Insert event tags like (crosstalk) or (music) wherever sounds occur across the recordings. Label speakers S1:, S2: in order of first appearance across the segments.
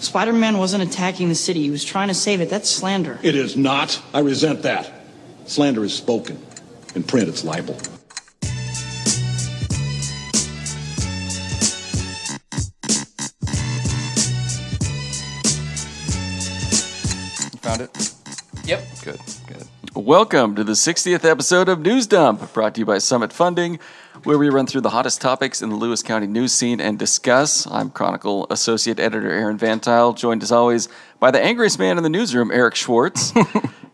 S1: Spider Man wasn't attacking the city, he was trying to save it. That's slander.
S2: It is not. I resent that. Slander is spoken. In print, it's libel.
S3: Found it?
S4: Yep.
S3: Good, good.
S5: Welcome to the 60th episode of News Dump, brought to you by Summit Funding, where we run through the hottest topics in the Lewis County news scene and discuss. I'm Chronicle Associate Editor Aaron Van Tyle, joined as always by the angriest man in the newsroom, Eric (laughs) Schwartz,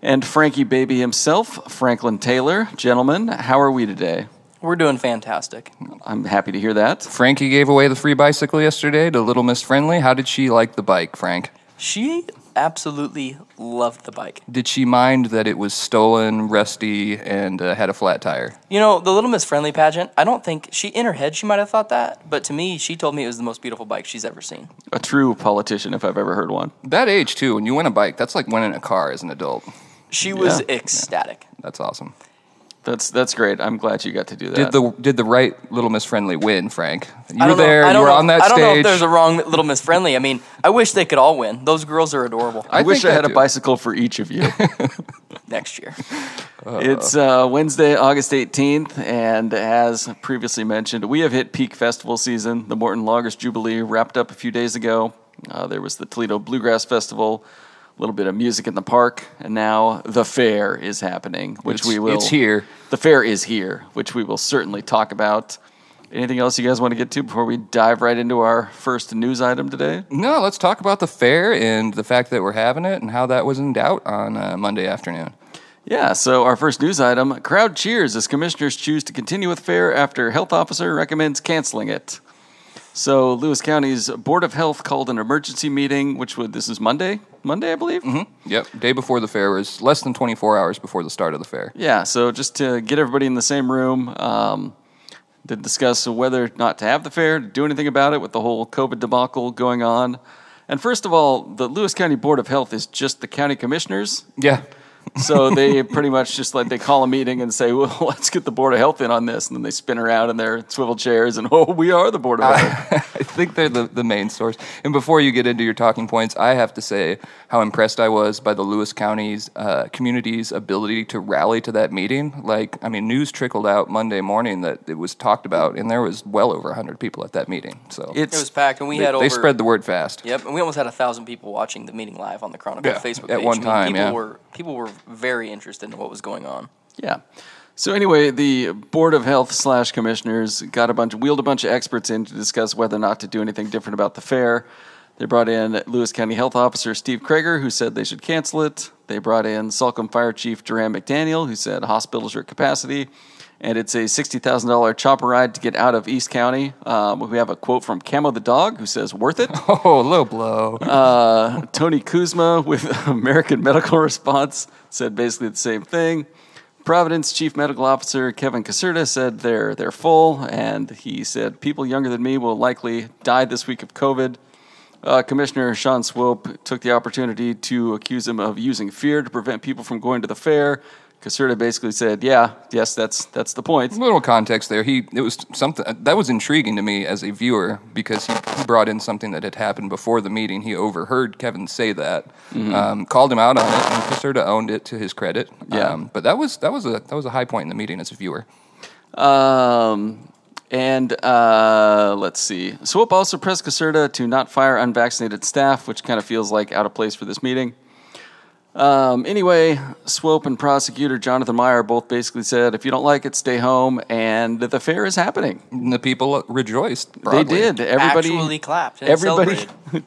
S5: and Frankie Baby himself, Franklin Taylor. Gentlemen, how are we today?
S4: We're doing fantastic.
S5: I'm happy to hear that.
S3: Frankie gave away the free bicycle yesterday to Little Miss Friendly. How did she like the bike, Frank?
S4: She absolutely loved the bike.
S3: Did she mind that it was stolen, rusty, and uh, had a flat tire?
S4: You know, the Little Miss Friendly pageant, I don't think she, in her head, she might have thought that, but to me, she told me it was the most beautiful bike she's ever seen.
S5: A true politician, if I've ever heard one.
S3: That age, too, when you win a bike, that's like winning a car as an adult.
S4: She was ecstatic.
S3: That's awesome.
S5: That's that's great. I'm glad you got to do that.
S3: Did the did the right Little Miss Friendly win, Frank? You
S4: I
S3: were
S4: don't know-
S3: there.
S4: I
S3: You
S4: don't
S3: were
S4: know-
S3: on that
S4: I don't
S3: stage.
S4: know if there's a wrong Little Miss Friendly. I mean, I wish they could all win. Those girls are adorable.
S5: I,
S3: I
S5: wish
S3: think
S5: I
S3: I
S5: had a
S3: do.
S5: bicycle for each of you.
S4: (laughs) Next year.
S5: It's uh, Wednesday, August 18th, and as previously mentioned, we have hit peak festival season. The Morton Loggers Jubilee wrapped up a few days ago. Uh, there was the Toledo Bluegrass Festival, a little bit of music in the park, and now the fair is happening, which
S3: It's-
S5: we will.
S3: it's here.
S5: The fair is here, which we will certainly talk about. Anything else you guys want to get to before we dive right into our first news item today?
S3: no, let's talk about the fair and the fact that we're having it and how that was in doubt on uh, Monday afternoon.
S5: Yeah, so our first news item crowd cheers as commissioners choose to continue with fair after health officer recommends canceling it. So Lewis County's Board of Health called an emergency meeting, which would this is Monday, Monday I believe. Mm-hmm.
S3: Yep, day before the fair was less than 24 hours before the start of the fair.
S5: Yeah, so just to get everybody in the same room, um, to discuss whether or not to have the fair, to do anything about it with the whole COVID debacle going on. And first of all, the Lewis County Board of Health is just the county commissioners.
S3: Yeah,
S5: So they pretty much just like they call a meeting and say, "Well, (laughs) let's get the board of health in on this," and then they spin around in their swivel chairs and, (laughs) "Oh, we are the board of
S3: (laughs)
S5: health."
S3: I think they're the, the main source. And before you get into your talking points, I have to say how impressed I was by the Lewis County's uh, community's ability to rally to that meeting. Like, I mean, news trickled out Monday morning that it was talked about, and there was well over 100 people at that meeting. So
S4: It was
S5: It's
S4: packed, and we
S3: they,
S4: had over.
S3: they spread the word fast.
S4: Yep, and we almost had a thousand people watching the meeting live on the Chronicle
S3: Yeah,
S4: Facebook
S3: at
S4: page.
S3: one
S4: I
S3: time,
S4: mean, people
S3: yeah.
S4: were people were very interested in what was going on.
S5: yeah. So anyway, the board of health slash commissioners got a bunch, wheeled a bunch of experts in to discuss whether or not to do anything different about the fair. They brought in Lewis County Health Officer Steve Krager, who said they should cancel it. They brought in Salcombe Fire Chief Duran McDaniel, who said hospitals are at capacity. and it's a sixty thousand dollar chopper ride to get out of East County. Um, we have a quote from Camo the dog who says, "Worth it."
S3: (laughs) Oh, low blow.
S5: Uh, Tony Kuzma with (laughs) American Medical Response said basically the same thing. Providence Chief Medical Officer Kevin Caserta said they're they're full, and he said people younger than me will likely die this week of COVID. Uh, Commissioner Sean Swope took the opportunity to accuse him of using fear to prevent people from going to the fair. Caserta basically said, "Yeah, yes, that's that's the point."
S3: little context there. He it was something that was intriguing to me as a viewer because he brought in something that had happened before the meeting. He overheard Kevin say that,
S5: Mm-hmm.
S3: um, called him out on it, and Caserta owned it to his credit.
S5: Yeah.
S3: Um, but that was that was a that was a high point in the meeting as a viewer.
S5: Um, and uh, let's see. Swope also pressed Caserta to not fire unvaccinated staff, which kind of feels like out of place for this meeting. Um, anyway, Swope and prosecutor Jonathan Meyer both basically said, if you don't like it, stay home. And the fair is happening.
S3: And the people rejoiced. Broadly.
S5: They did. Everybody
S4: Actually clapped and
S5: everybody,
S4: celebrated.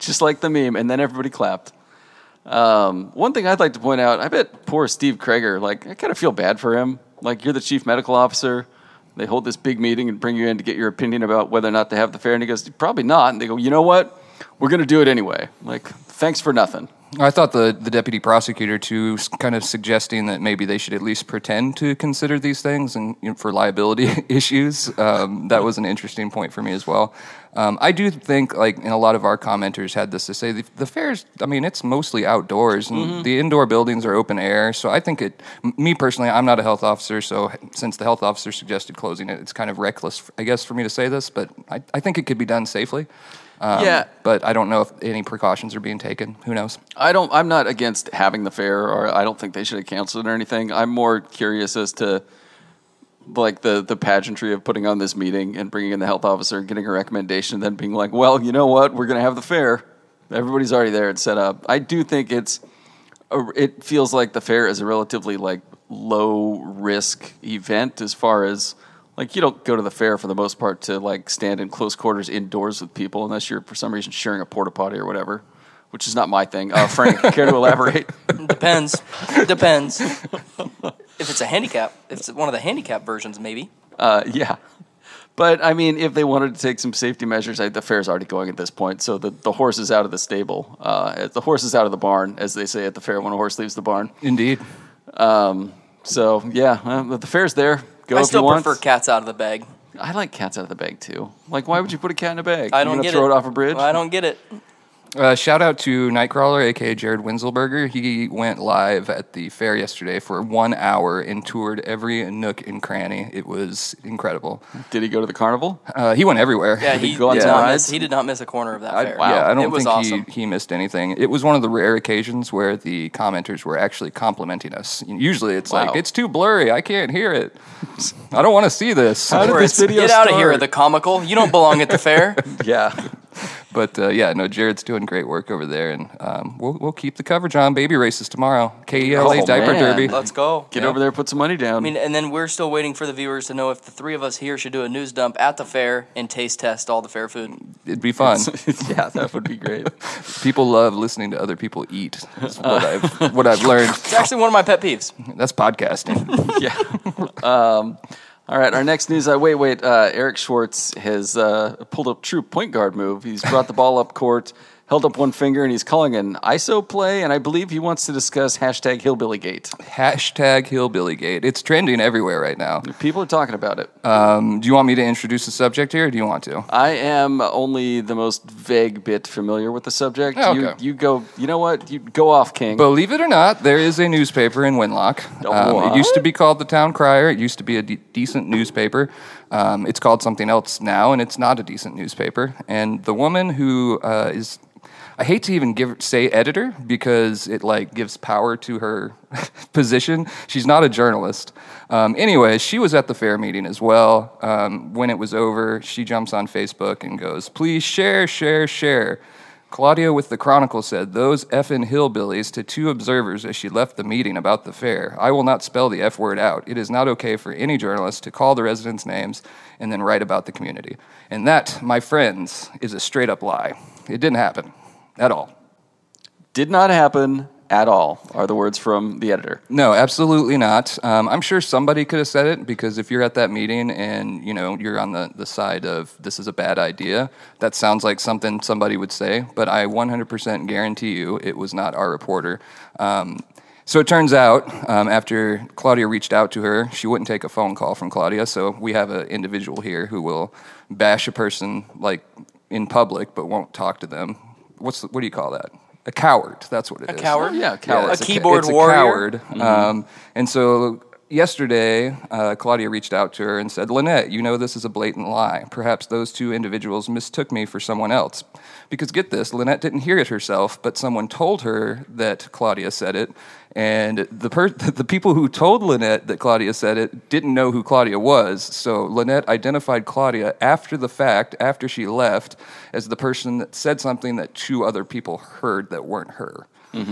S5: (laughs) just like the meme, and then everybody clapped. Um, one thing I'd like to point out: I bet poor Steve Krager. Like, I kind of feel bad for him. Like, you're the chief medical officer. They hold this big meeting and bring you in to get your opinion about whether or not to have the fair, and he goes, "Probably not." And they go, "You know what? We're going to do it anyway." Like, thanks for nothing.
S3: I thought the, the deputy prosecutor too s- kind of suggesting that maybe they should at least pretend to consider these things and you know, for liability (laughs) issues. Um, that was an interesting point for me as well. Um, I do think like and a lot of our commenters had this to say the, the fairs. I mean, it's mostly outdoors and the indoor buildings are open air. So I think it. m- Me personally, I'm not a health officer, so since the health officer suggested closing it, it's kind of reckless, I guess, for me to say this, but I, I think it could be done safely. Um,
S5: Yeah.
S3: But I don't know if any precautions are being taken. Who knows?
S5: I don't. I'm not against having the fair, or I don't think they should have canceled it or anything. I'm more curious as to like the the pageantry of putting on this meeting and bringing in the health officer and getting a recommendation, and then being like, "Well, you know what? We're going to have the fair. Everybody's already there and set up." I do think it's. a- It feels like the fair is a relatively like low risk event as far as like you don't go to the fair for the most part to like stand in close quarters indoors with people unless you're for some reason sharing a porta potty or whatever, which is not my thing. Uh,
S4: (laughs)
S5: Frank, care to elaborate?
S4: Depends. Depends. if it's a handicap, if it's one of the handicap versions, maybe.
S5: Uh, yeah. But I mean, if they wanted to take some safety measures, I, the fair's already going at this point. So the, the horse is out of the stable. Uh, the horse is out of the barn, as they say at the fair when a horse leaves the barn.
S3: Indeed.
S5: So yeah, uh, the fair's there. Go
S4: I
S5: if
S4: still
S5: you want.
S4: prefer cats out of the bag.
S5: I like cats out of the bag too. Like, why would you put a cat in a bag?
S4: I
S5: You're
S4: don't
S5: gonna
S4: get
S5: throw it.
S4: it.
S5: off a bridge.
S4: I don't
S5: (laughs)
S4: get it.
S3: Uh, shout out to Nightcrawler, aka Jared Winzelberger. He went live at the fair yesterday for one hour and toured every nook and cranny. It was incredible.
S5: Did he go to the carnival?
S3: Uh, he went everywhere.
S4: Yeah,
S5: he
S4: he,
S5: go on
S4: did
S5: some
S4: not
S5: rides?
S4: miss, he did not miss a corner of that
S3: (laughs) I,
S4: fair.
S3: Yeah, I don't
S4: it was
S3: think
S5: (laughs)
S4: awesome.
S3: he, he missed anything. It was one of the rare occasions where the commenters were actually complimenting us. Usually it's
S5: Wow.
S3: like, it's too blurry. I can't hear it. (laughs) I don't want to see this.
S5: How did
S4: Where
S5: this
S4: it's,
S5: video
S4: get out of here,
S5: start?
S4: the comical. You don't belong at
S5: (laughs)
S4: the fair.
S5: Yeah.
S3: But uh, yeah, no, Jared's doing great work over there. And um, we'll, we'll keep the coverage on. Baby races tomorrow. KELA
S5: Oh,
S3: Diaper
S5: man.
S3: Derby.
S4: Let's go.
S5: Get
S3: Yeah.
S5: over there, put some money down. (laughs)
S4: I mean, and then we're still waiting for the viewers to know if the three of us here should do a news dump at the fair and taste test all the fair food.
S3: It'd be fun.
S5: yeah, that would be great.
S3: people love listening to other people eat. That's what, I've, what I've learned.
S4: It's actually one of my pet peeves.
S3: That's podcasting.
S5: yeah. Um, (laughs) all right, our next news. Uh, wait, wait. Uh, Eric Schwartz has uh, pulled up true point guard move. He's brought the ball up court, held up one finger, and he's calling an ISO play. And I believe he wants to discuss hashtag hillbillygate.
S3: Hashtag Hillbillygate. It's trending everywhere right now.
S5: People are talking about it.
S3: Um, do you want me to introduce the subject here or do you want to?
S5: I am only the most vague bit familiar with the subject.
S3: Oh,
S5: You,
S3: okay.
S5: you go. You know what? You go off, King.
S3: Believe it or not, there is a newspaper in Wenlock.
S5: Oh,
S3: Um,
S5: what?
S3: it used to be called the Town Crier. It used to be a de- decent newspaper. Um, it's called something else now, and it's not a decent newspaper. And the woman who uh, is I hate to even give say editor because it like gives power to her (laughs) position. She's not a journalist. Um, anyway, she was at the fair meeting as well. Um, when it was over, she jumps on Facebook and goes, "Please share, share, share." Claudia with the Chronicle said, Those effing hillbillies to two observers as she left the meeting about the fair. I will not spell the F word out. It is not okay for any journalist to call the residents' names and then write about the community. And that, my friends, is a straight up lie. It didn't happen at all.
S5: Did not happen at all. Are the words from the editor?
S3: No, absolutely not. Um, I'm sure somebody could have said it because if you're at that meeting and you know you're on the, the side of this is a bad idea, that sounds like something somebody would say. But I 100% guarantee you it was not our reporter. Um, so it turns out um, after Claudia reached out to her, she wouldn't take a phone call from Claudia. So we have an individual here who will bash a person like in public but won't talk to them. What's the, what do you call that? A coward. That's what it is.
S4: Coward.
S5: Yeah, coward.
S4: A
S3: it's ca-
S4: keyboard
S3: it's
S4: warrior.
S3: coward. Um, and so yesterday, uh, Claudia reached out to her and said, Lynette, you know this is a blatant lie. Perhaps those two individuals mistook me for someone else. Because get this, Lynette didn't hear it herself, but someone told her that Claudia said it. And the, per- (laughs) the people who told Lynette that Claudia said it didn't know who Claudia was. So Lynette identified Claudia after the fact, after she left, as the person that said something that two other people heard that weren't her.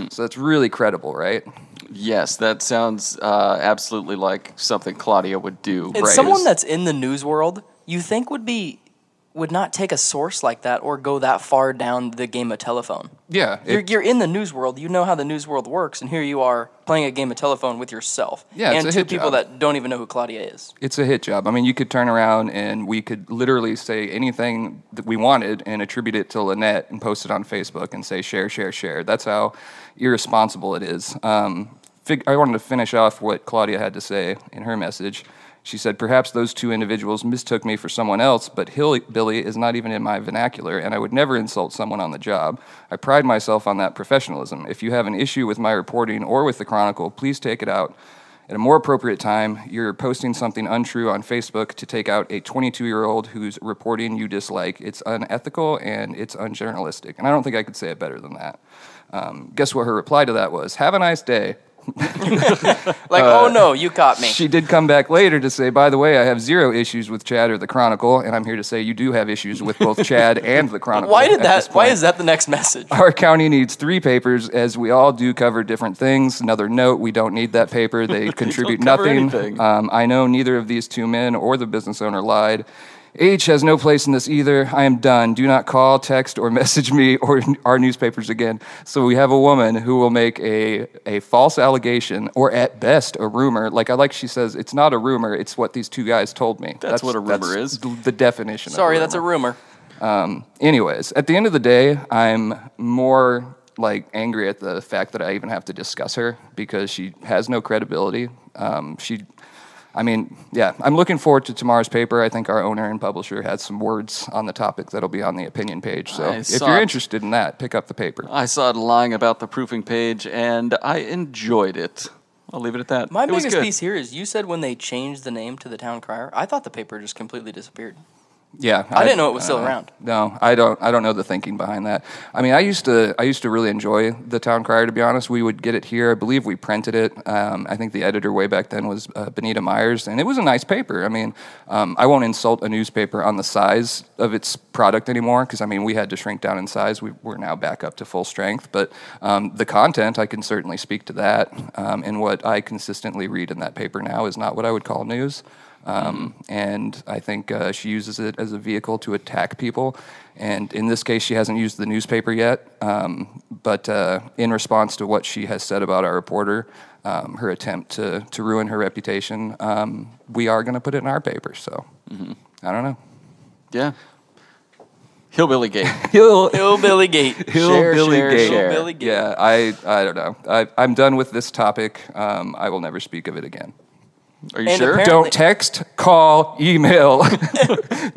S3: So that's really credible, right?
S5: Yes, that sounds uh, absolutely like something Claudia would do.
S4: And
S5: right?
S4: someone
S5: Is-
S4: that's in the news world, you think would be would not take a source like that or go that far down the game of telephone.
S3: Yeah.
S4: You're,
S3: it-
S4: you're in the news world. You know how the news world works, and here you are playing a game of telephone with yourself
S3: Yeah, it's
S4: and
S3: a
S4: two
S3: hit
S4: people
S3: job.
S4: that don't even know who Claudia is.
S3: it's a hit job. I mean, you could turn around and we could literally say anything that we wanted and attribute it to Lynette and post it on Facebook and say share, share, share. That's how irresponsible it is. Um, fig- I wanted to finish off what Claudia had to say in her message. She said, Perhaps those two individuals mistook me for someone else, but hillbilly is not even in my vernacular, and I would never insult someone on the job. I pride myself on that professionalism. If you have an issue with my reporting or with the Chronicle, please take it out At a more appropriate time, you're posting something untrue on Facebook to take out a 22 year old who's reporting you dislike. It's unethical and it's unjournalistic. And I don't think I could say it better than that. Um, guess what her reply to that was? Have a nice day.
S4: Like, oh no, you caught me.
S3: Uh, She did come back later to say, by the way, I have zero issues with Chad or the Chronicle, and I'm here to say you do have issues with both Chad and the Chronicle.
S4: why did
S3: at
S4: that?
S3: this
S4: Why
S3: point.
S4: is that the
S3: (laughs)
S4: next message?
S3: Our county needs three papers, as we all do cover different things. Another note: we don't need that paper.
S5: (laughs)
S3: They contribute
S5: cover
S3: nothing.
S5: anything.
S3: Um, I know neither of these two men or the business owner lied. H has no place in this either. I am done. Do not call, text, or (laughs) message me or our newspapers again. So we have a woman who will make a, a false allegation or at best a rumor. Like I like she says, it's not a rumor. It's what these two guys told me.
S5: That's what a rumor
S3: that's
S5: is.
S3: The definition.
S4: Sorry,
S3: of a
S4: that's a rumor.
S3: anyways, at the end of the day, I'm more like angry at the fact that I even have to discuss her because she has no credibility. Um, she, I mean, yeah, I'm looking forward to tomorrow's paper. I think our owner and publisher had some words on the topic that'll be on the opinion page. So
S5: I
S3: if
S5: saw
S3: you're
S5: it.
S3: interested in that, pick up the paper.
S5: I saw it lying about the proofing page, and I enjoyed it. I'll leave it at that.
S4: My
S5: it was
S4: biggest
S5: good.
S4: piece here is you said when they changed the name to the town crier, I thought the paper just completely disappeared.
S3: Yeah,
S4: I didn't know it was still
S3: don't know.
S4: around.
S3: No, I don't. I don't know the thinking behind that. I mean, I used to. I used to really enjoy the Town Crier. To be honest, we would get it here. I believe we printed it. Um, I think the editor way back then was uh, Benita Myers, and it was a nice paper. I mean, um, I won't insult a newspaper on the size of its product anymore because I mean we had to shrink down in size. We, we're now back up to full strength, but um, the content I can certainly speak to that. Um, and what I consistently read in that paper now is not what I would call news. Um, and I think uh, she uses it as a vehicle to attack people. And in this case, she hasn't used the newspaper yet. Um, but uh, in response to what she has said about our reporter, um, her attempt to, to ruin her reputation, um, we are going to put it in our paper. So
S4: Mm-hmm.
S3: I don't know.
S5: Yeah. Hillbilly Gate.
S3: (laughs)
S4: Hillbilly Gate.
S5: Hillbilly Gate.
S4: Hillbilly Gate.
S3: Yeah, I, I don't know. I, I'm done with this topic. Um, I will never speak of it again.
S5: Are you
S4: And
S5: sure?
S4: apparent- Apparently-
S3: Don't text, call, email. (laughs)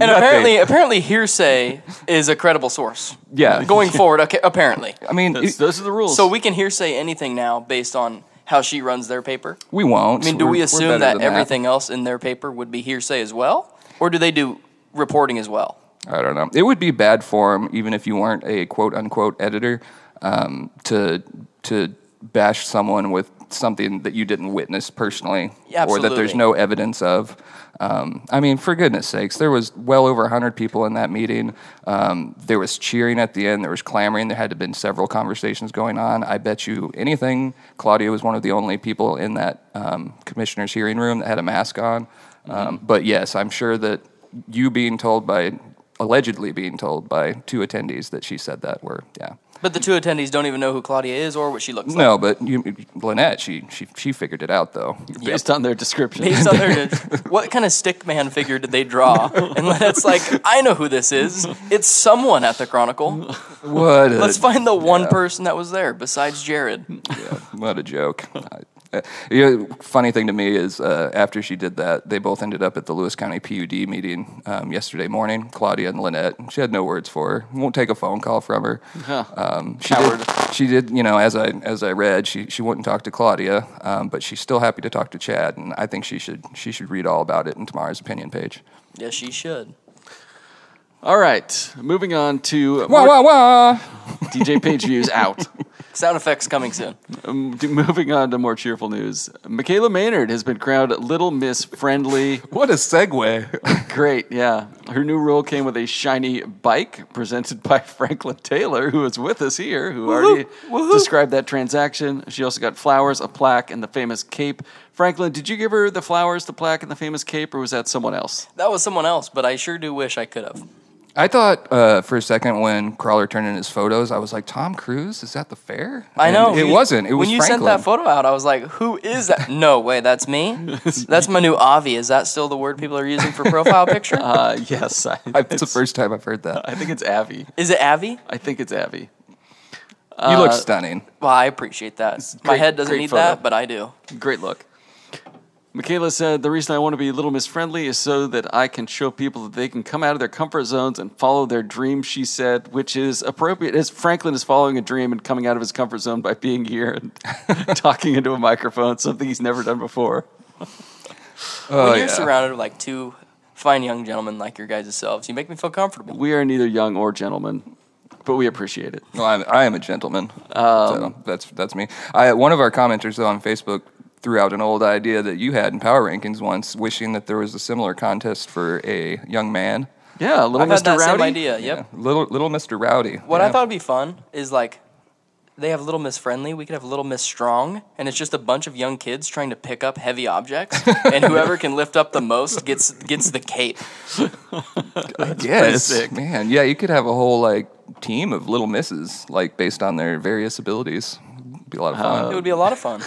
S4: And apparently, apparently, hearsay is a credible source. (laughs)
S3: yeah.
S4: Going forward, okay, apparently.
S3: I mean,
S5: That's-
S3: it-
S5: those are the rules.
S4: So we can hearsay anything now based on how she runs their paper.
S3: we won't.
S4: I mean, do
S3: We're-
S4: we
S3: we're better
S4: assume that
S3: than
S4: everything else in their paper would be hearsay as well, or do they do reporting as well?
S3: I don't know. It would be bad form, even if you weren't a quote unquote editor, um, to to bash someone with something that you didn't witness personally,
S4: Yeah,
S3: or that there's
S4: absolutely.
S3: no evidence of. Um, I mean, for goodness sakes, there was well over 100 people in that meeting. Um, there was cheering at the end. There was clamoring. There had to been several conversations going on. I bet you anything, Claudia was one of the only people in that um, commissioner's hearing room that had a mask on. Um,
S4: Mm-hmm.
S3: but yes, I'm sure that you being told by allegedly being told by two attendees that she said that were yeah.
S4: But the two attendees don't even know who Claudia is or what she looks like.
S3: No, but you, Lynette, she, she she figured it out though.
S5: Based on their description.
S3: (laughs)
S4: Based on their, what kind of stick man figure did they draw? And Lynette's like, I know who this is. It's someone at
S3: (laughs)
S4: the Chronicle.
S3: What? A,
S4: Let's find the one
S3: yeah.
S4: person that was there besides Jared.
S3: What a joke. (laughs) I- uh, you know, funny thing to me is uh, after she did that, they both ended up at the Lewis County PUD meeting um, yesterday morning. Claudia and Lynette. She had no words for her. Won't take a phone call from her. Um, she
S5: Coward.
S3: Did, she did. You know, as I as I read, she she wouldn't talk to Claudia, um, but she's still happy to talk to Chad. And I think she should she should read all about it in tomorrow's opinion page.
S4: Yes, she should.
S5: All right. Moving on to
S3: Wah
S5: more
S3: wah wah.
S5: (laughs) DJ Page views out.
S4: Sound effects coming soon.
S5: Um, d- moving on to more cheerful news. Michaela Maynard has been crowned Little Miss Friendly.
S3: What a segue.
S5: Great, yeah. Her new role came with a shiny bike presented by (laughs) Franklin Taylor, who is with us here, who already described that transaction. She also got flowers, a plaque, and the famous cape. Franklin, did you give her the flowers, the plaque, and the famous cape, or was that someone else?
S4: That was someone else, but I sure do wish I could have.
S3: I thought uh, for a second when Crawler turned in his photos, I was like, Tom Cruise is at the fair?
S4: I
S3: And
S4: know
S3: it
S4: You-
S3: wasn't. It was
S4: when you
S3: Franklin.
S4: sent that photo out. I was like, "Who
S3: (laughs)
S4: is that?" No way, that's me. That's my new Avi. Is that still the word people are using for
S3: (laughs)
S4: profile picture?
S3: Uh-huh.
S5: Uh, (laughs) yes. I,
S3: I- It's the
S5: it's-
S3: first time I've heard that.
S5: I think it's Abby.
S4: is it Avi?
S5: I think it's
S3: you
S5: Abby.
S4: Uh,
S3: look stunning.
S4: Well, I appreciate that. my
S5: great-
S4: head doesn't
S5: great
S4: need
S5: photo.
S4: that, but I do.
S5: Great look. Michaela said, The reason I want to be Little Miss Friendly is so that I can show people that they can come out of their comfort zones and follow their dream, she said, which is appropriate as Franklin is following a dream and coming out of his comfort zone by being here and
S4: (laughs)
S5: talking into a microphone, something he's never done before.
S4: when you're
S3: Oh, yeah.
S4: surrounded with like two fine young gentlemen like your guys' selves, you make me feel comfortable.
S5: We are neither young or gentlemen, but we appreciate it.
S3: Well, I'm, I am a gentleman. so
S4: Um,
S3: that's that's me. I, one of our commenters though on Facebook threw out an old idea that you had in Power Rankings once, wishing that there was a similar contest for a young man.
S5: Yeah, Little
S4: I've
S5: Mr.
S4: had that
S5: Rowdy.
S4: same idea. Yep.
S3: Yeah, little little Mister Rowdy.
S4: What I
S3: Yeah.
S4: thought would be fun is like they have Little Miss Friendly, we could have Little Miss Strong, and it's just a bunch of young kids trying to pick up heavy
S3: (laughs)
S4: objects, and whoever can lift up the most gets gets the cape.
S3: yes,
S5: sick.
S3: man, yeah, you could have a whole like team of little misses, like based on their various abilities. Be a lot of fun.
S4: It would be a lot of fun.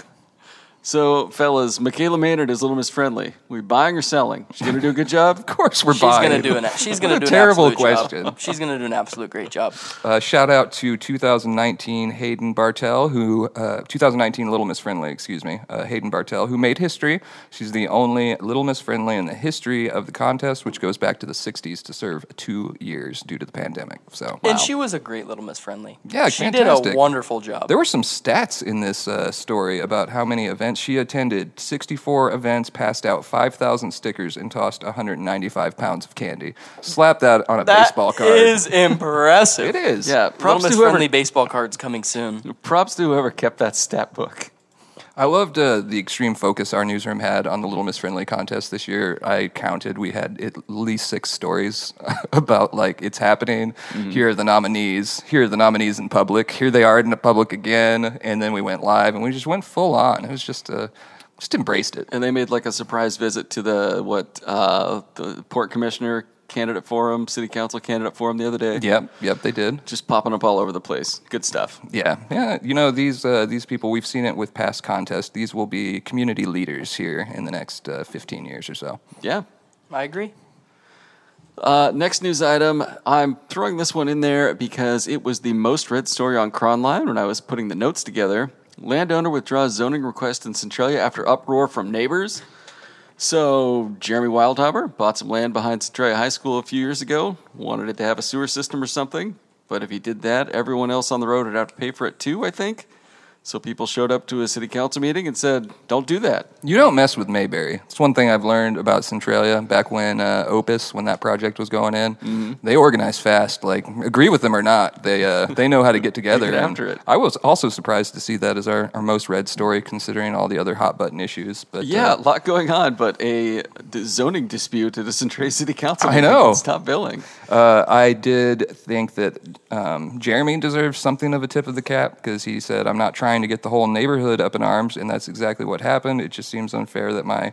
S5: So, fellas, Michaela Maynard is Little Miss Friendly. We buying or selling? She's going to do a good job.
S4: (laughs)
S3: of course, we're
S4: She's
S3: buying.
S4: gonna do an she's gonna
S3: What
S4: do
S3: a
S4: an
S3: terrible
S4: absolute job.
S3: question.
S4: (laughs) She's gonna do an absolute great job.
S3: Uh, shout out to 2019 Hayden Bartell, who uh, 2019 Little Miss Friendly, excuse me, uh, Hayden Bartell, who made history. She's the only Little Miss Friendly in the history of the contest, which goes back to the 60s to serve two years due to the pandemic. So
S4: And she was a great Little Miss Friendly.
S3: Yeah,
S4: she did
S3: fantastic.
S4: a wonderful job.
S3: there were some stats in this uh, story about how many events she attended. 64 events, passed out 5,000 stickers, and tossed 195 pounds of candy. Slap that on a
S4: That
S3: baseball card.
S4: is impressive.
S3: it is.
S5: Yeah,
S4: Little
S5: props to
S4: Miss
S5: whoever.
S4: Friendly baseball cards coming soon.
S5: Props to whoever kept that stat book.
S3: I loved uh, the extreme focus our newsroom had on the Little Miss Friendly contest this year. I counted we had at least six stories (laughs) about like it's happening. Here are the nominees. Here are the nominees in public. Here they are in the public again. And then we went live and we just went full on. It was just uh, just embraced it.
S5: and they made like a surprise visit to the what uh, the port commissioner candidate forum, city council candidate forum the other day.
S3: Yep, yep, they did.
S5: just popping up all over the place. Good stuff.
S3: Yeah, yeah. You know these uh, these people. We've seen it with past contests. These will be community leaders here in the next uh, fifteen years or so.
S5: Yeah.
S4: I agree.
S5: Uh, next news item. I'm throwing this one in there because it was the most read story on Cronline when I was putting the notes together. Landowner withdraws zoning request in Centralia after uproar from neighbors. So Jeremy Wildhopper bought some land behind Centralia High School a few years ago. Wanted it to have a sewer system or something, but if he did that, everyone else on the road would have to pay for it too. I think. So people showed up to a city council meeting and said, "Don't do that."
S3: You don't mess with Mayberry. It's one thing I've learned about Centralia back when uh, Opus, when that project was going in,
S5: Mm-hmm.
S3: they organize fast. Like, agree with them or not, they uh, they know how to
S5: (laughs)
S3: get together.
S5: Get
S3: And
S5: after it.
S3: I was also surprised to see that as our, our most read story, considering all the other hot button issues. But uh,
S5: Yeah, a lot going on, but a d- zoning dispute at a Centralia (laughs) City Council.
S3: I
S5: meeting
S3: know.
S5: can Stop billing.
S3: Uh, I did think that um, Jeremy deserves something of a tip of the cap because he said, I'm not trying to get the whole neighborhood up in arms, and that's exactly what happened. It just seems unfair that my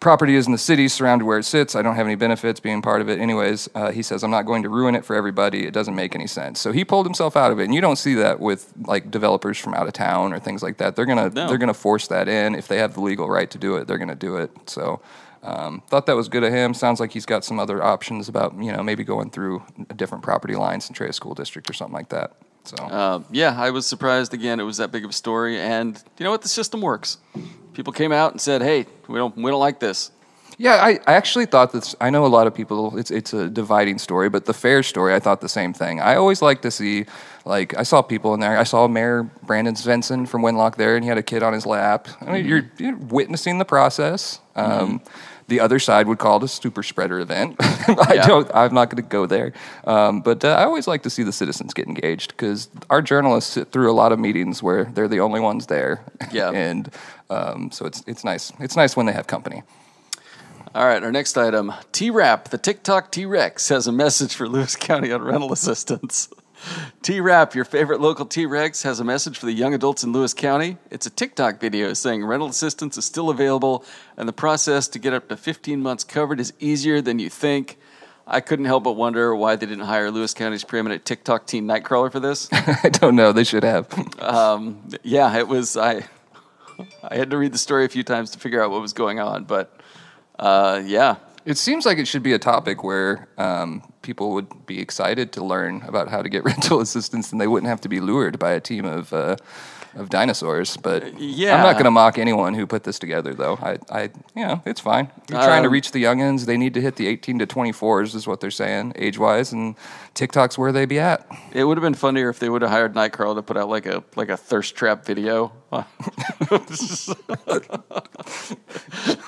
S3: property is in the city, surrounded where it sits. I don't have any benefits being part of it. Anyways, uh, he says, I'm not going to ruin it for everybody. It doesn't make any sense. So he pulled himself out of it, and you don't see that with like developers from out of town or things like that. They're gonna
S5: No.
S3: they're gonna force that in if they have the legal right to do it. They're gonna do it. So um, thought that was good of him. Sounds like he's got some other options about you know maybe going through a different property line, Centralia School District or something like that. So
S5: Um, yeah, I was surprised again. It was that big of a story, and you know what? The system works. People came out and said, "Hey, we don't we don't like this."
S3: yeah, I, I actually thought this. I know a lot of people. It's it's a dividing story, but the fair story. I thought the same thing. I always like to see like I saw people in there. I saw Mayor Brandon Svensson from Winlock there, and he had a kid on his lap. I mean, you're,
S5: Mm-hmm.
S3: you're witnessing the process. Um, The other side would call it a super spreader event. (laughs) I
S5: Yeah.
S3: don't. I'm not going to go there. Um, but uh, I always like to see the citizens get engaged because our journalists sit through a lot of meetings where they're the only ones there. (laughs)
S5: Yeah.
S3: and um, so it's it's nice. It's nice when they have company.
S5: All right, our next item: T Rap, the TikTok T Rex, has a message for Lewis County on rental assistance. (laughs) T Rap, your favorite local T Rex, has a message for the young adults in Lewis County. It's a TikTok video saying rental assistance is still available, and the process to get up to 15 months covered is easier than you think. I couldn't help but wonder why they didn't hire Lewis County's preeminent TikTok teen Nightcrawler for this.
S3: (laughs) I don't know. They should have.
S5: yeah, it was. I I had to read the story a few times to figure out what was going on, but uh, yeah,
S3: (laughs) It seems like it should be a topic where um, people would (laughs) be excited to learn about how to get rental assistance, and they wouldn't have to be lured by a team of uh, of dinosaurs. But
S5: Yeah.
S3: I'm not going to mock anyone who put this together, though. I, I, you know, it's fine. You're trying to
S5: Um,
S3: reach the youngins. They need to hit the 18 to 24s, is what they're saying, age wise, and TikTok's where they be
S4: (laughs)
S3: at.
S5: It would have been funnier if they would have hired Nightcrawler to put out like a like a thirst trap video.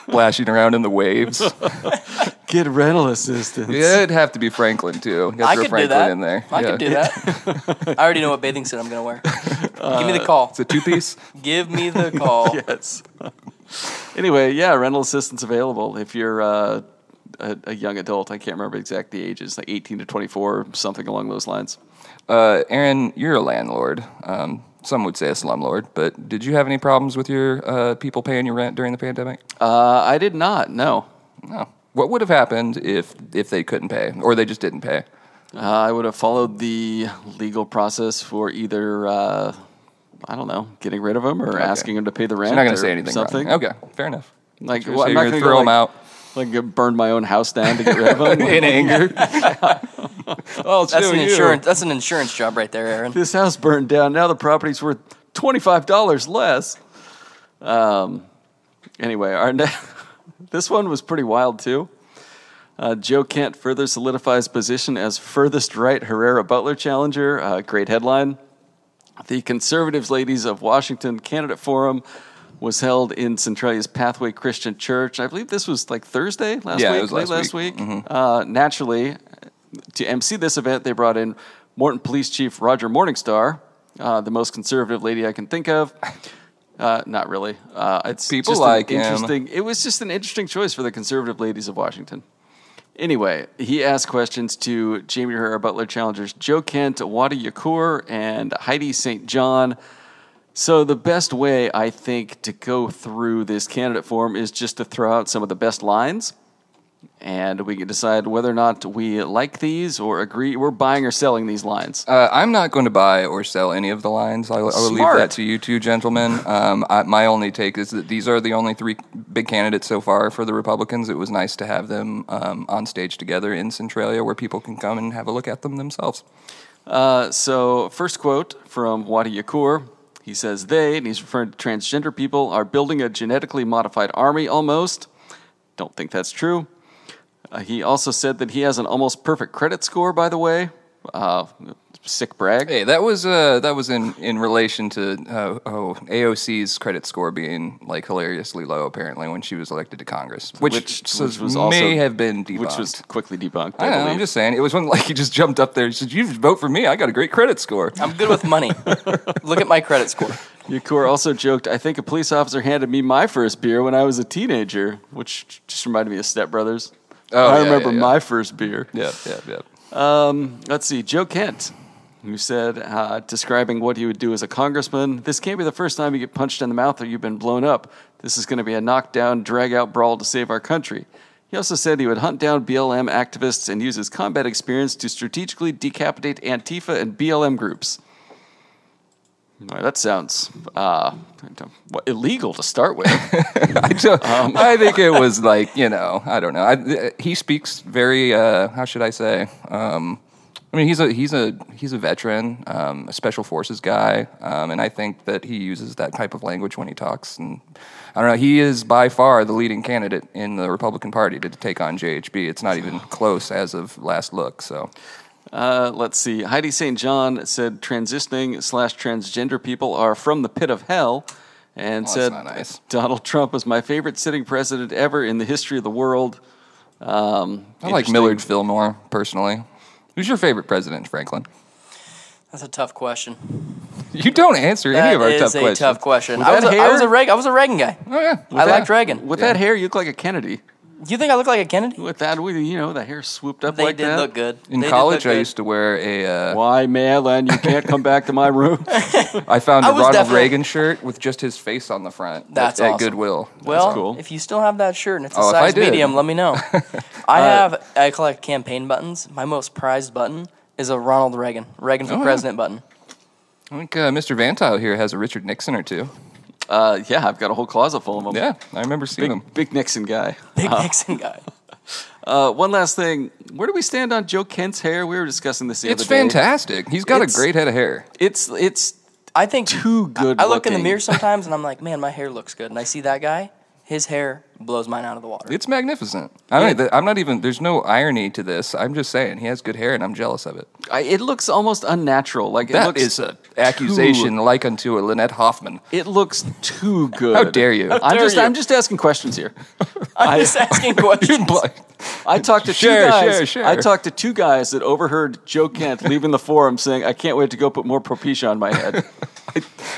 S3: Flashing around in the
S4: (laughs)
S3: waves.
S5: Get rental assistance.
S3: yeah, it'd have to be Franklin too. You gotta
S4: I
S3: throw
S4: could do
S3: Franklin
S4: that.
S3: in there.
S4: I
S3: yeah.
S4: could do that.
S3: (laughs)
S4: I already know what bathing suit I'm going to wear. Give me the call.
S3: It's a two
S4: (laughs)
S3: piece.
S4: Give me
S3: (laughs)
S4: the call.
S5: Yes. anyway, yeah, rental assistance available if you're uh, a, a young adult. I can't remember exact the ages, like 18 to 24, something along those lines.
S3: uh, Aaron, you're a landlord. Um, some would say a slumlord, but did you have any problems with your uh, people paying your rent during the pandemic?
S5: Uh, I did not. No,
S3: No. What would have happened if if they couldn't pay or they just didn't pay?
S5: uh, I would have followed the legal process for either. Uh, I don't know, getting rid of them or asking them to pay the rent.
S3: You're not going
S5: or
S3: to say anything. wrong.
S5: Something.
S3: Okay, fair enough.
S5: Like,
S3: So
S5: well, I'm
S3: you're
S5: not
S3: gonna
S5: going to
S3: throw them
S5: like,
S3: out
S5: Like, go burn my own house down to get rid of them.
S3: (laughs) in anger. oh,
S4: That's an insurance. That's an insurance job right there, Aaron.
S5: this house burned down. Now the property's worth twenty five dollars less. Um. Anyway, our ne- (laughs) this one was pretty wild too. Uh, Joe Kent further solidifies position as furthest right Herrera Butler challenger. Uh, great headline. The Conservatives Ladies of Washington Candidate Forum was held in Centralia's Pathway Christian Church. I believe this was like Thursday last
S3: Yeah, it
S5: week,
S3: was
S5: late
S3: last
S5: last week.
S3: week. Mm-hmm.
S5: Uh, naturally, to MC this event, they brought in Morton Police Chief Roger Morningstar, uh, the most conservative lady I can think of. Uh, not really. Uh, it's
S3: People
S5: just
S3: like
S5: an
S3: him.
S5: interesting. It was just an interesting choice for the conservative ladies of Washington. Anyway, he asked questions to Jamie Herrera Butler challengers Joe Kent, Wadi Yakur, and Heidi St. John. So the best way I think to go through this candidate form is just to throw out some of the best lines, and we can decide whether or not we like these or agree. We're buying or selling these lines.
S3: Uh, I'm not going to buy or sell any of the lines. I, I will leave
S5: Smart.
S3: that to you two gentlemen. Um, I, my only take is that these are the only three big candidates so far for the Republicans. It was nice to have them um, on stage together in Centralia where people can come and have a look at them themselves.
S5: Uh, so, first quote from Wadi Yakur. He says, They, and he's referring to transgender people, are building a genetically modified army almost. Don't think that's true. Uh, he also said that he has an almost perfect credit score, by the way. Uh, sick brag.
S3: Hey, that was uh, that was in, in relation to uh, oh, AOC's credit score being like hilariously low apparently when she was elected to Congress, which, says may have been debunked.
S5: Which was quickly debunked.
S3: I
S5: I,
S3: don't know,
S5: believe.
S3: I'm just saying it was when like he just jumped up there and said, "You vote for me, I got a great credit score."
S4: I'm good with
S3: (laughs)
S4: money. Look at my credit score.
S5: Yakur also joked, I think a police officer handed me my first beer when I was a teenager, which just reminded me of Step Brothers.
S3: Oh,
S5: I
S3: yeah,
S5: remember
S3: yeah, yeah.
S5: my first beer.
S3: Yeah, yeah, yeah.
S5: Let's see, Joe Kent, who said, uh, describing what he would do as a congressman, this can't be the first time you get punched in the mouth or you've been blown up. This is going to be a knockdown, drag out brawl to save our country. He also said he would hunt down BLM activists and use his combat experience to strategically decapitate Antifa and BLM groups. All right, that sounds uh, what, illegal to start with.
S3: (laughs) I, don't-
S4: Um,
S3: I think it was like you know, I don't know. I, he speaks very. Uh, how should I say? Um, I mean, he's a he's a he's a veteran, um, a special forces guy, um, and I think that he uses that type of language when he talks. And I don't know. He is by far the leading candidate in the Republican Party to take on JHB. It's not even close as of last look. So
S5: Uh, let's see. Heidi St. John said transitioning slash transgender people are from the pit of hell and
S3: Well, Oh, that's
S5: said
S3: not nice.
S5: Donald Trump was my favorite sitting president ever in the history of the world. Um,
S3: I like
S5: interesting.
S3: Millard Fillmore personally. Who's your favorite president, Franklin?
S4: That's a tough question.
S3: You don't answer any
S4: That
S3: of our
S4: is
S3: tough
S4: a
S3: questions.
S4: tough question.
S5: With
S4: I was,
S5: that
S4: a, I was a
S5: hair?
S4: Reagan. I was a Reagan guy.
S3: Oh yeah,
S4: I
S3: With
S4: liked
S3: that-
S4: Reagan.
S5: With that hair, you look like a Kennedy.
S4: Do you think I look like a Kennedy?
S5: With that, we- you know, the hair swooped up
S4: They
S5: like
S4: did
S5: that.
S4: look good.
S3: In
S4: They did
S3: college,
S4: look
S3: I
S4: good.
S3: used to wear a. Uh,
S5: Why, Madeline, you can't come back to my
S3: (laughs)
S5: room?
S3: I found a
S4: I was
S3: Ronald
S4: definitely-
S3: Reagan shirt with just his face on the front. at-
S4: That's
S3: at,
S4: awesome.
S3: Goodwill.
S4: Well,
S5: cool.
S4: if you still have that shirt and it's a
S3: Oh, if I
S4: size
S3: did. Uh,
S4: medium, let me
S3: (laughs)
S4: know. I have. I collect campaign buttons. My most prized button is a Ronald Reagan, Reagan for
S3: Oh, yeah.
S4: President button.
S3: I think uh, Mr. Vantile here has a Richard Nixon or two.
S5: uh, yeah, I've got a whole closet full of them.
S3: Yeah, I remember seeing him.
S5: Big, big Nixon guy.
S4: Big Nixon guy.
S5: Uh, one last thing. Where do we stand on Joe Kent's hair? We were discussing this the
S3: It's
S5: other day.
S3: fantastic. He's got
S5: It's-
S3: a great head of hair.
S5: it's it's
S4: (laughs) I think
S5: Too good
S4: I, I look in the
S5: looking.
S4: mirror sometimes and I'm like, man, my hair looks good. And I see that guy, his hair blows mine out of the water.
S3: It's magnificent. I mean, th- I'm not even. There's no irony to this. I'm just saying he has good hair, and I'm jealous of it.
S5: I, it looks almost unnatural. Like it
S3: That
S5: looks
S3: is an accusation like unto a Lynette
S4: (laughs)
S3: Hoffman.
S5: It looks too good.
S3: How dare you? How
S5: I'm
S4: dare
S5: just
S4: you.
S5: I'm just asking questions here.
S4: I'm (laughs)
S5: (laughs)
S4: just asking questions.
S3: (laughs)
S5: I talked to
S3: Sure,
S5: two guys.
S3: sure, sure.
S5: I talked to two guys that overheard Joe Kent leaving the forum saying, "I can't wait to go put more propecia on my
S3: (laughs)
S5: head,"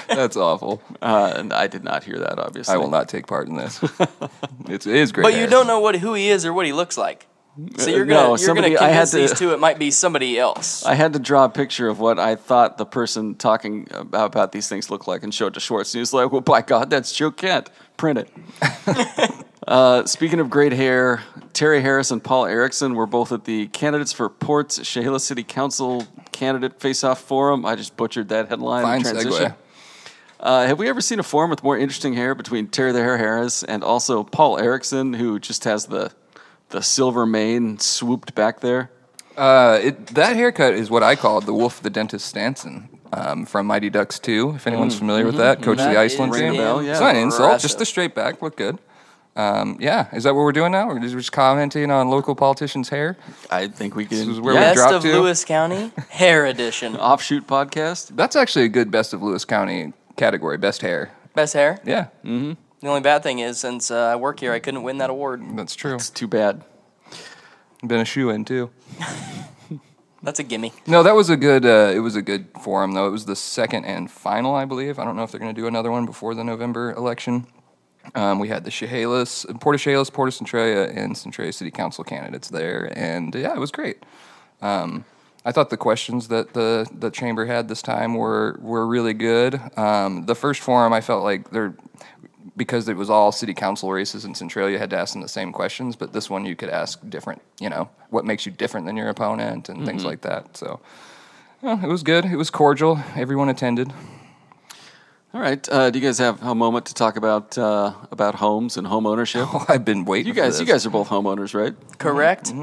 S3: That's awful.
S5: uh, and I did not hear that. Obviously,
S3: I will not take part in
S4: (laughs)
S3: this. It's, it is great.
S4: But you
S3: hair.
S4: don't know what who he is or what he looks like. So you're
S5: Uh, no,
S4: gonna you're
S5: somebody- I had
S4: gonna convince
S5: to-
S4: these two it might be somebody else.
S5: I had to draw a picture of what I thought the person talking about, about these things looked like and show it to Schwartz. And he was like, well, by God, that's Joe Kent. Print it.
S3: (laughs)
S5: uh, speaking of great hair, Terry Harris and Paul Erickson were both at the Candidates for Ports Chehalis City Council Candidate Face Off Forum. I just butchered that headline.
S3: Fine
S5: transition.
S3: segue.
S5: Uh, have we ever seen a forum with more interesting hair between Terry the Hair Harris and also Paul Erickson, who just has the, the silver mane swooped back there?
S3: Uh, it, that haircut is what I call the Wolf the Dentist Stanson um, from Mighty Ducks 2, if anyone's familiar with that. Coach of
S4: That
S3: the Iceland
S4: is
S3: team.
S5: Ring a bell,
S3: It's
S5: yeah.
S3: not an insult, just
S4: Impressive.
S3: the straight back. Look good. Um, yeah, is that what we're doing now? We're just, we're just commenting on local politicians' hair?
S5: (laughs) I think we can.
S3: is where we
S5: Yeah.
S4: Best
S3: dropped
S4: of
S3: to?
S4: Lewis
S5: (laughs)
S4: County, hair edition.
S5: offshoot podcast.
S3: That's actually a good best of Lewis County category, best hair.
S4: Best hair.
S3: Yeah,
S4: The only bad thing is, since uh, I work here, I couldn't win that award.
S3: that's true.
S5: It's too bad.
S3: Been a shoe in too.
S4: That's a gimme.
S5: Mm-hmm.
S3: No, that was a good. Uh, it was a good forum, though. It was the second and final, I believe. I don't know if they're going to do another one before the November election. Um, we had the Chehalis, Port of Chehalis, Port of Centralia, and Centralia City Council candidates there, and yeah, it was great. Um, I thought the questions that the the chamber had this time were were really good. Um, the first forum, I felt like there because it was all city council races in Centralia, you had to ask them the same questions. But this one, you could ask different. You know, what makes you different than your opponent and
S4: Mm-hmm.
S3: things like that. So. yeah, it was good. It was cordial. Everyone attended. (laughs)
S5: All right. Uh, do you guys have a moment to talk about uh, about homes and home
S4: (laughs)
S5: ownership?
S3: Oh, I've been waiting.
S5: You
S3: for
S5: guys, you
S3: this.
S5: guys are both homeowners, right?
S4: Correct?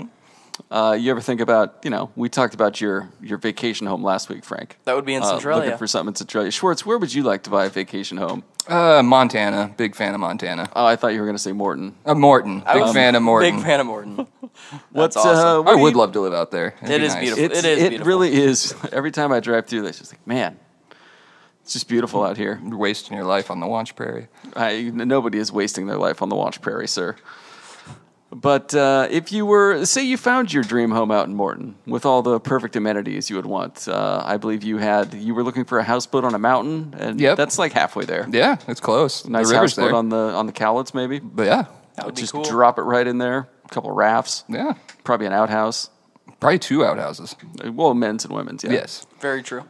S5: Uh, you ever think about you know? We talked about your your vacation home last week, Frank.
S4: That would be in Centralia.
S5: Uh, looking for something in Centralia. Schwartz, where would you like to buy a vacation home?
S3: Uh, Montana. Big fan of Montana.
S5: Oh, I thought you were going to say Morton.
S3: Uh, Morton. Big fan of Morton.
S4: Um, Big fan
S5: (laughs)
S4: of Morton.
S5: What's uh,
S4: awesome.
S3: I would love to live out there. It'd
S4: It
S3: be
S4: is
S3: nice.
S4: beautiful.
S5: It's,
S4: It is
S5: It
S4: beautiful.
S5: really is. (laughs) Every time I drive through, this, just like, man, it's just beautiful out here.
S3: You're wasting your life on the Wanch Prairie.
S5: I, nobody is wasting their life on the Wash Prairie, sir. But uh, if you were, say, you found your dream home out in Morton with all the perfect amenities you would want, uh, I believe you had you were looking for a houseboat on a mountain, and
S3: Yep.
S5: that's like halfway there.
S3: Yeah, it's close.
S5: Nice
S3: the river's
S5: houseboat
S3: there.
S5: on the on the Cowlitz, maybe.
S3: but yeah,
S4: That would be
S5: Just
S4: cool.
S5: drop it right in there. A couple rafts,
S3: yeah,
S5: probably an outhouse.
S3: probably two outhouses.
S5: Well, men's and women's, yeah.
S3: Yes.
S4: Very true.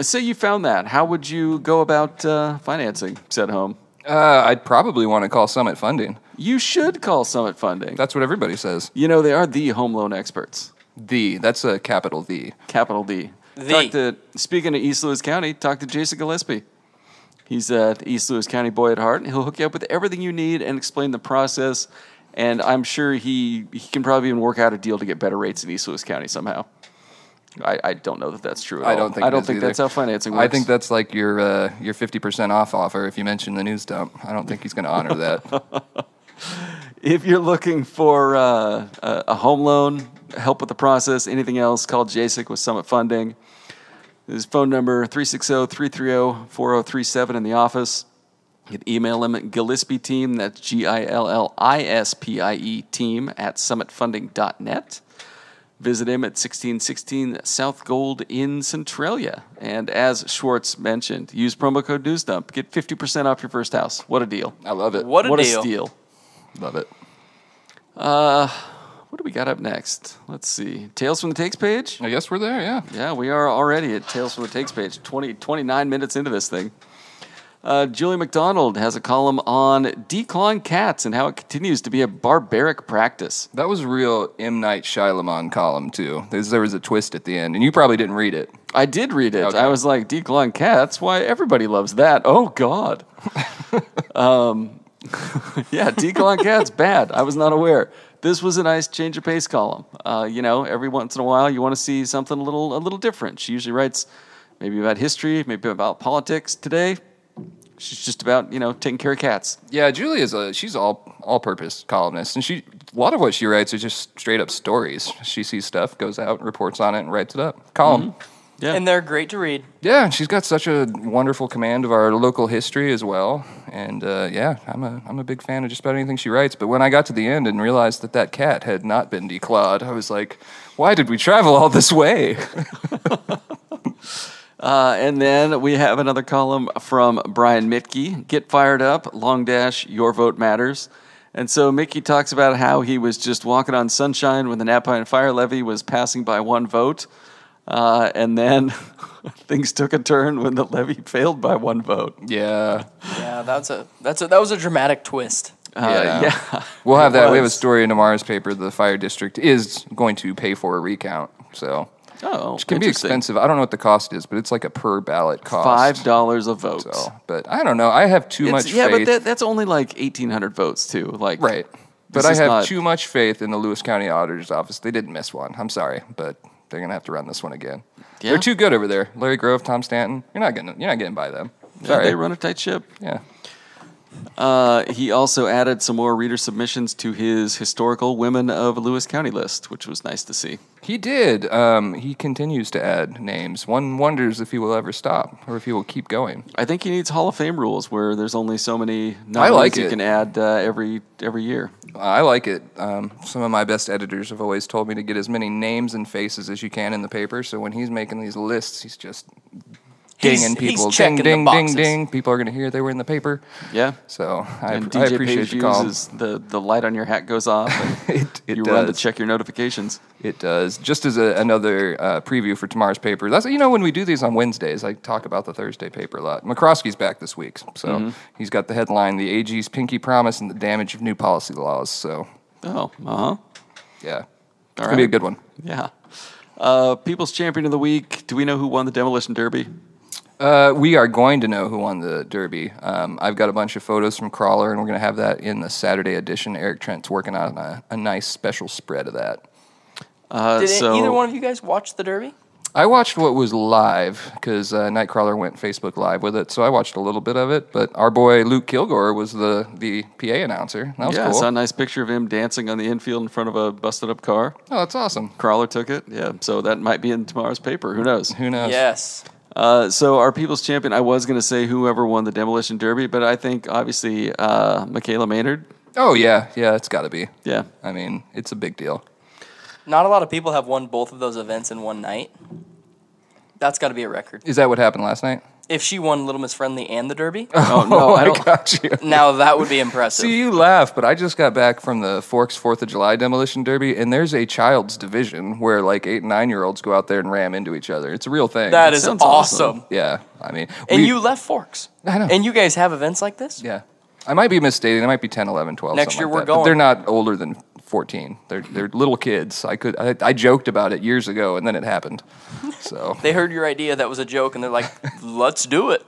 S5: Say you found that. How would you go about uh, financing said home?
S3: Uh, I'd probably want to call Summit Funding.
S5: You should call Summit Funding.
S3: That's what everybody says.
S5: you know they are the home loan experts.
S3: The that's a capital The.
S5: capital D.
S4: The.
S5: Talk to, speaking of East Lewis County, talk to Jason Gillespie. He's a East Lewis County boy at heart, and he'll hook you up with everything you need and explain the process. And I'm sure he, he can probably even work out a deal to get better rates in East Lewis County somehow. I, I don't know that that's true at
S3: I
S5: all.
S3: don't think
S5: Oh, I
S3: it
S5: don't
S3: is
S5: think
S3: either.
S5: that's how financing works.
S3: I think that's like your uh, your fifty percent off offer if you mention the news dump. I don't think he's going to honor that.
S5: if you're looking for uh, a, a home loan, help with the process, anything else, call JASIC with Summit Funding. His phone number 360-330-4037 in the office. You can email him at Gillespie Team, that's G-I-L-L-I-S-P-I-E E team at summitfunding.net. Visit him at 1616 South Gold in Centralia. And as Schwartz mentioned, use promo code NewsDump. Get 50% off your first house. What a deal.
S3: I love it.
S4: What a
S5: what
S4: deal.
S5: a steal.
S3: Love it.
S5: What do we got up next? Let's see. Tales from the Takes page?
S3: I guess we're there. Yeah.
S5: Yeah, we are already at Tales from the Takes page, 20, 29 minutes into this thing. Uh, Julie McDonald has a column on declawing cats and how it continues to be a barbaric practice.
S3: That was a real M Night Shyamalan column too. There's, there was a twist at the end, and you probably didn't read it.
S5: I did read it.
S3: Okay.
S5: I was like, declawing cats? Why, everybody loves that. Oh, God. um, (laughs) yeah, declawing cats, bad. I was not aware. This was a nice change of pace column. Uh, you know, every once in a while, you want to see something a little a little different. She usually writes maybe about history, maybe about politics. Today, she's just about you know taking care of cats.
S3: Yeah, Julie is a she's all all purpose columnist, and she a lot of what she writes is just straight up stories. She sees stuff, goes out, reports on it, and writes it up.
S5: Mm-hmm.
S3: Column.
S5: Yeah.
S4: And they're great to read.
S3: Yeah, and she's got such a wonderful command of our local history as well. And uh, yeah, I'm a I'm a big fan of just about anything she writes. But when I got to the end and realized that that cat had not been declawed, I was like, why did we travel all this way? (laughs)
S5: Uh, and then we have another column from Brian Mitke. Get fired up, long dash, your vote matters. And so Mickey talks about how he was just walking on sunshine when the Napine Fire Levy was passing by one vote. Uh, and then (laughs) things took a turn when the levy failed by one vote.
S3: yeah.
S4: Yeah, that's a that's a that was a dramatic twist.
S5: Uh,
S3: Yeah.
S5: yeah.
S3: We'll have
S5: It
S3: that. We have a
S5: was.
S3: story in tomorrow's paper. The fire district is going to pay for a recount, so
S5: Oh,
S3: which can be
S5: interesting.
S3: expensive. I don't know what the cost is, but it's like a per ballot cost.
S5: Five dollars a vote.
S3: So, but I don't know. I have too
S5: It's-
S3: much.
S5: yeah,
S3: faith.
S5: but that, that's only like eighteen hundred votes too. Like
S3: Right. But
S5: This
S3: I
S5: is
S3: have
S5: not-
S3: too much faith in the Lewis County Auditor's Office. They didn't miss one. I'm sorry, but they're gonna have to run this one again.
S5: Yeah.
S3: They're too good over there. Larry Grove, Tom Stanton. You're not getting. You're not getting by them.
S5: Yeah,
S3: Sorry.
S5: they run a tight ship.
S3: yeah.
S5: Uh, he also added some more reader submissions to his historical women of Lewis County list, which was nice to see.
S3: He did. Um, he continues to add names. One wonders if he will ever stop or if he will keep going.
S5: I think he needs Hall of Fame rules where there's only so many
S3: I
S5: nominees
S3: like
S5: you
S3: it.
S5: can add uh, every every year.
S3: I like it. Um, some of my best editors have always told me to get as many names and faces as you can in the paper. So when he's making these lists, he's just
S4: He's-
S3: dinging
S4: he's
S3: people.
S4: checking the
S3: ding, ding,
S4: boxes.
S3: ding, ding. People are going to hear they were in the paper.
S5: Yeah.
S3: So I,
S5: and
S3: I
S5: DJ
S3: appreciate
S5: Page
S3: the call.
S5: uses the, the light on your hat goes off.
S3: (laughs)
S5: and
S3: It, it
S5: you
S3: does.
S5: run to check your notifications.
S3: It does. Just as a, another uh, preview for tomorrow's paper. That's you know when we do these on Wednesdays, I talk about the Thursday paper a lot. McCroskey's back this week, so
S5: Mm-hmm.
S3: he's got the headline: "The AG's Pinky Promise and the Damage of New Policy Laws." So
S5: Oh, uh huh.
S3: yeah, it's
S5: All
S3: gonna be a
S5: right.
S3: good one.
S5: Yeah. Uh, People's Champion of the Week. Do we know who won the Demolition Derby?
S3: Uh, we are going to know who won the Derby. Um, I've got a bunch of photos from Crawler, and we're going to have that in the Saturday edition. Eric Trent's working on a, a nice special spread of that.
S5: Uh,
S4: Did
S5: so
S4: either one of you guys watch the Derby?
S3: I watched what was live because uh, Nightcrawler went Facebook Live with it, so I watched a little bit of it. But our boy Luke Kilgore was the the PA announcer. That was
S5: yeah, I
S3: cool.
S5: saw a nice picture of him dancing on the infield in front of a busted up car.
S3: Oh, that's awesome.
S5: Crawler took it. Yeah, so that might be in tomorrow's paper. Who knows?
S3: Who knows?
S4: Yes.
S5: Uh, so our people's champion. I was going to say whoever won the demolition derby, but I think obviously uh, Michaela Maynard.
S3: Oh yeah, yeah. It's got to be.
S5: Yeah, (laughs)
S3: I mean, it's a big deal.
S4: Not a lot of people have won both of those events in one night. That's got to be a record.
S3: Is that what happened last night?
S4: If she won Little Miss Friendly and
S3: (laughs)
S4: the Derby,
S5: Oh, no, I don't-
S3: got you.
S4: now that would be impressive.
S3: See, you laugh, but I just got back from the Forks Fourth of July demolition derby, and there's a child's division where like eight and nine year olds go out there and ram into each other. It's a real thing.
S4: that is
S5: sounds
S4: awesome.
S5: awesome.
S3: yeah. I mean,
S4: And
S3: we-
S4: you left Forks.
S3: I know.
S4: And you guys have events like this?
S3: Yeah. I might be misstating. It might be 10, 11, 12.
S4: Next
S3: something
S4: year
S3: like
S4: we're
S3: that. But they're
S4: going.
S3: not older than 14. They're, they're little kids. I could I, I joked about it years ago and then it
S4: (laughs)
S3: happened. So,
S4: They heard your idea that was a joke and
S3: (laughs)
S4: they're like, let's do it.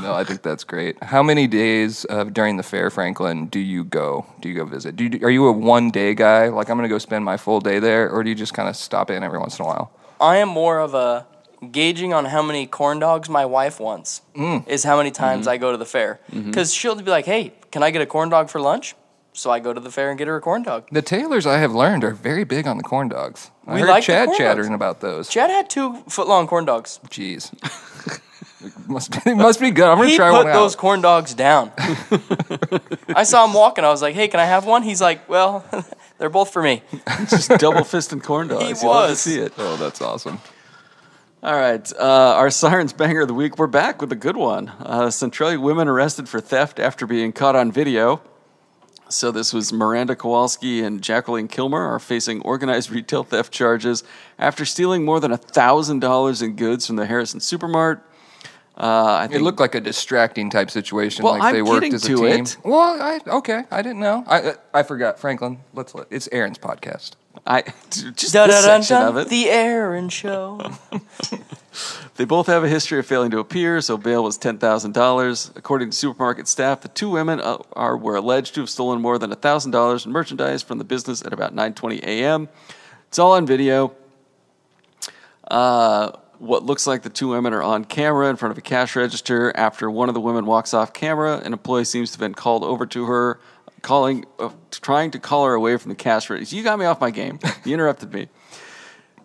S3: no, I think that's great. How many days uh, during the fair, Franklin, do you go? Do you go visit? Do you, are you a one day guy? Like, I'm going to go spend my full day there? Or do you just kind of stop in every once in a while?
S4: I am more of a gauging on how many corn dogs my wife wants
S5: Mm.
S4: is how many times
S5: Mm-hmm.
S4: I go to the fair. Because she'll be like, hey, can I get a corn dog for lunch? So I go to the fair and get her a corn dog.
S3: The Taylors, I have learned, are very big on the corn dogs. I
S4: We
S3: heard
S4: like the
S3: Chad
S4: corn dogs.
S3: chattering about those.
S4: Chad had two foot long corn dogs.
S3: Jeez. (laughs) It must be, it must be good. I'm going to
S4: He
S3: try
S4: put
S3: one out.
S4: those corn
S5: (laughs)
S4: dogs down. I saw him walking. I was like, hey, can I have one? He's like, well, (laughs) they're both for me.
S5: just double fist and corn dogs.
S4: He
S5: You love to
S4: was.
S5: see it.
S3: oh, that's awesome.
S5: All right, uh, our (laughs) sirens banger of the week. We're back with a good one. Uh, Centralia women arrested for theft after being caught on video. So this was Miranda Kowalski and Jacqueline Kilmer are facing organized (laughs) retail theft charges after stealing more than thousand dollars in goods from the Harrison Supermart. Uh, I think
S3: It looked like a distracting type situation.
S5: Well,
S3: like
S5: I'm
S3: they worked
S5: getting
S3: as a
S5: to
S3: team.
S5: it.
S3: Well, I, okay, I didn't know. I I- I forgot, Franklin. Let's let, it's Aaron's podcast.
S5: I (laughs) just
S4: Dun,
S5: this
S4: dun, dun,
S5: section
S4: dun,
S5: of it.
S4: The Aaron Show.
S5: They both have a history of failing to appear, so bail was ten thousand dollars. According to supermarket staff, the two women uh, are were alleged to have stolen more than thousand dollars in merchandise from the business at about nine twenty a.m. It's all on video. Uh, What looks like the two women are on camera in front of a cash register. After one of the women walks off camera, an employee seems to have been called over to her, calling, uh, trying to call her away from the cash register. You got me off my game. You interrupted me.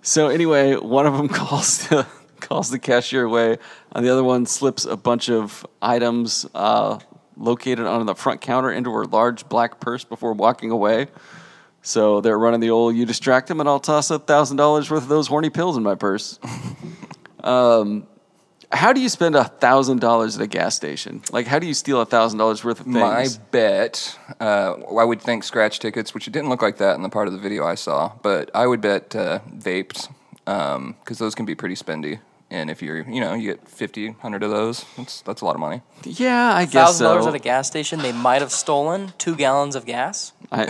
S5: So anyway, one of them (laughs) calls the calls the cashier away, and the other one slips a bunch of items uh, located on the front counter into her large black purse before walking away. So they're running the old "you distract them, and I'll toss a thousand dollars worth of those horny pills in my
S4: (laughs)
S5: purse." um, how do you spend a thousand dollars at a gas station? Like, how do you steal a thousand dollars worth of things?
S3: My bet, uh, I would think scratch tickets, which it didn't look like that in the part of the video I saw, but I would bet uh, vapes because those can be pretty spendy. And if you're, you know, you get 50, 100 of those, that's, that's a lot of money.
S5: yeah, I guess
S4: Thousand
S5: so.
S4: dollars at a gas station, they might have stolen two gallons of gas. (laughs)
S5: I, (laughs)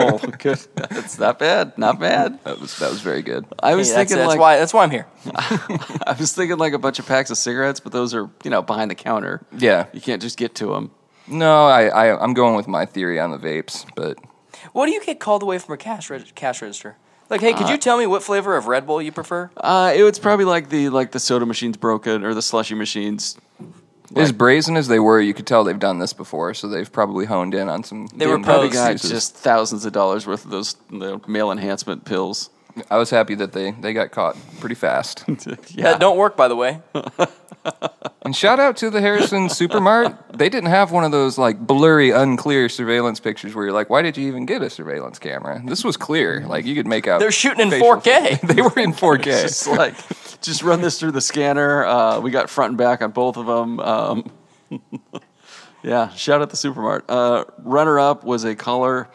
S5: oh, good. That's not bad. Not
S4: (laughs)
S5: bad.
S3: That was, that was very good.
S5: I was
S4: Hey, that's,
S5: thinking
S4: that's
S5: like
S4: why that's why I'm here.
S5: (laughs) I was thinking like a bunch of packs of cigarettes, but those are you know behind the counter.
S3: Yeah.
S5: you can't just get to them.
S3: No, I, I, I'm going with my theory on the vapes, but
S4: What do you get called away from a cash reg- cash register? Like, hey, could
S3: Uh,
S4: you tell me what flavor of Red Bull you prefer?
S5: Uh, it was probably like the like the soda machines broken or the slushy machines.
S3: as brazen as they were, you could tell they've done this before, so they've probably honed in on some.
S4: They were
S3: game
S5: Probably
S4: Those
S5: got
S3: uses.
S5: just thousands of dollars worth of those the male enhancement pills.
S3: I was happy that they, they got caught pretty fast.
S5: Yeah,
S4: That don't work, by the way.
S3: And shout out to the
S4: (laughs)
S3: Harrison Supermart. They didn't have one of those like blurry, unclear surveillance pictures where you're like, why did you even get a surveillance camera? This was clear. Like you could make out.
S4: They're shooting in
S3: facial-
S4: 4K.
S3: (laughs) they were in
S4: (laughs)
S3: 4K.
S5: just like just run this through the scanner. Uh, we got front and back on both of them. Um, (laughs) yeah, shout out the supermart. Uh, runner up was a caller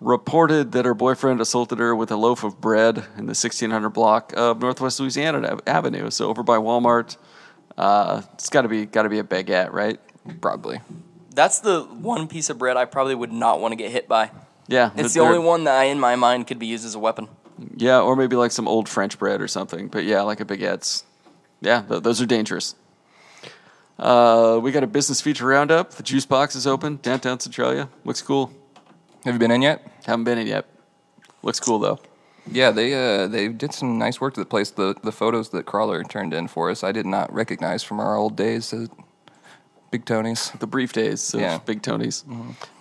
S5: reported that her boyfriend assaulted her with a loaf of bread in the 1600 block of Northwest Louisiana Ave- Avenue, so over by Walmart. Uh, it's got to be got to be a baguette, right?
S3: Probably.
S4: That's the one piece of bread I probably would not want to get hit by.
S5: Yeah,
S4: It's the
S5: they're-
S4: only one that I, in my mind, could be used as a weapon.
S5: Yeah, or maybe like some old French bread or something. But yeah, like a baguette's. Yeah, th- those are dangerous. Uh, we got a business feature roundup. The juice box is open downtown Centralia. Looks cool.
S3: Have you been in yet?
S5: Haven't been in yet. Looks cool though.
S3: Yeah, they uh, they did some nice work to the place. The the photos that Crawler turned in for us, I did not recognize from our old days at Big Tony's.
S5: The brief days of
S3: Yeah. Mm-hmm.
S5: Big Tony's.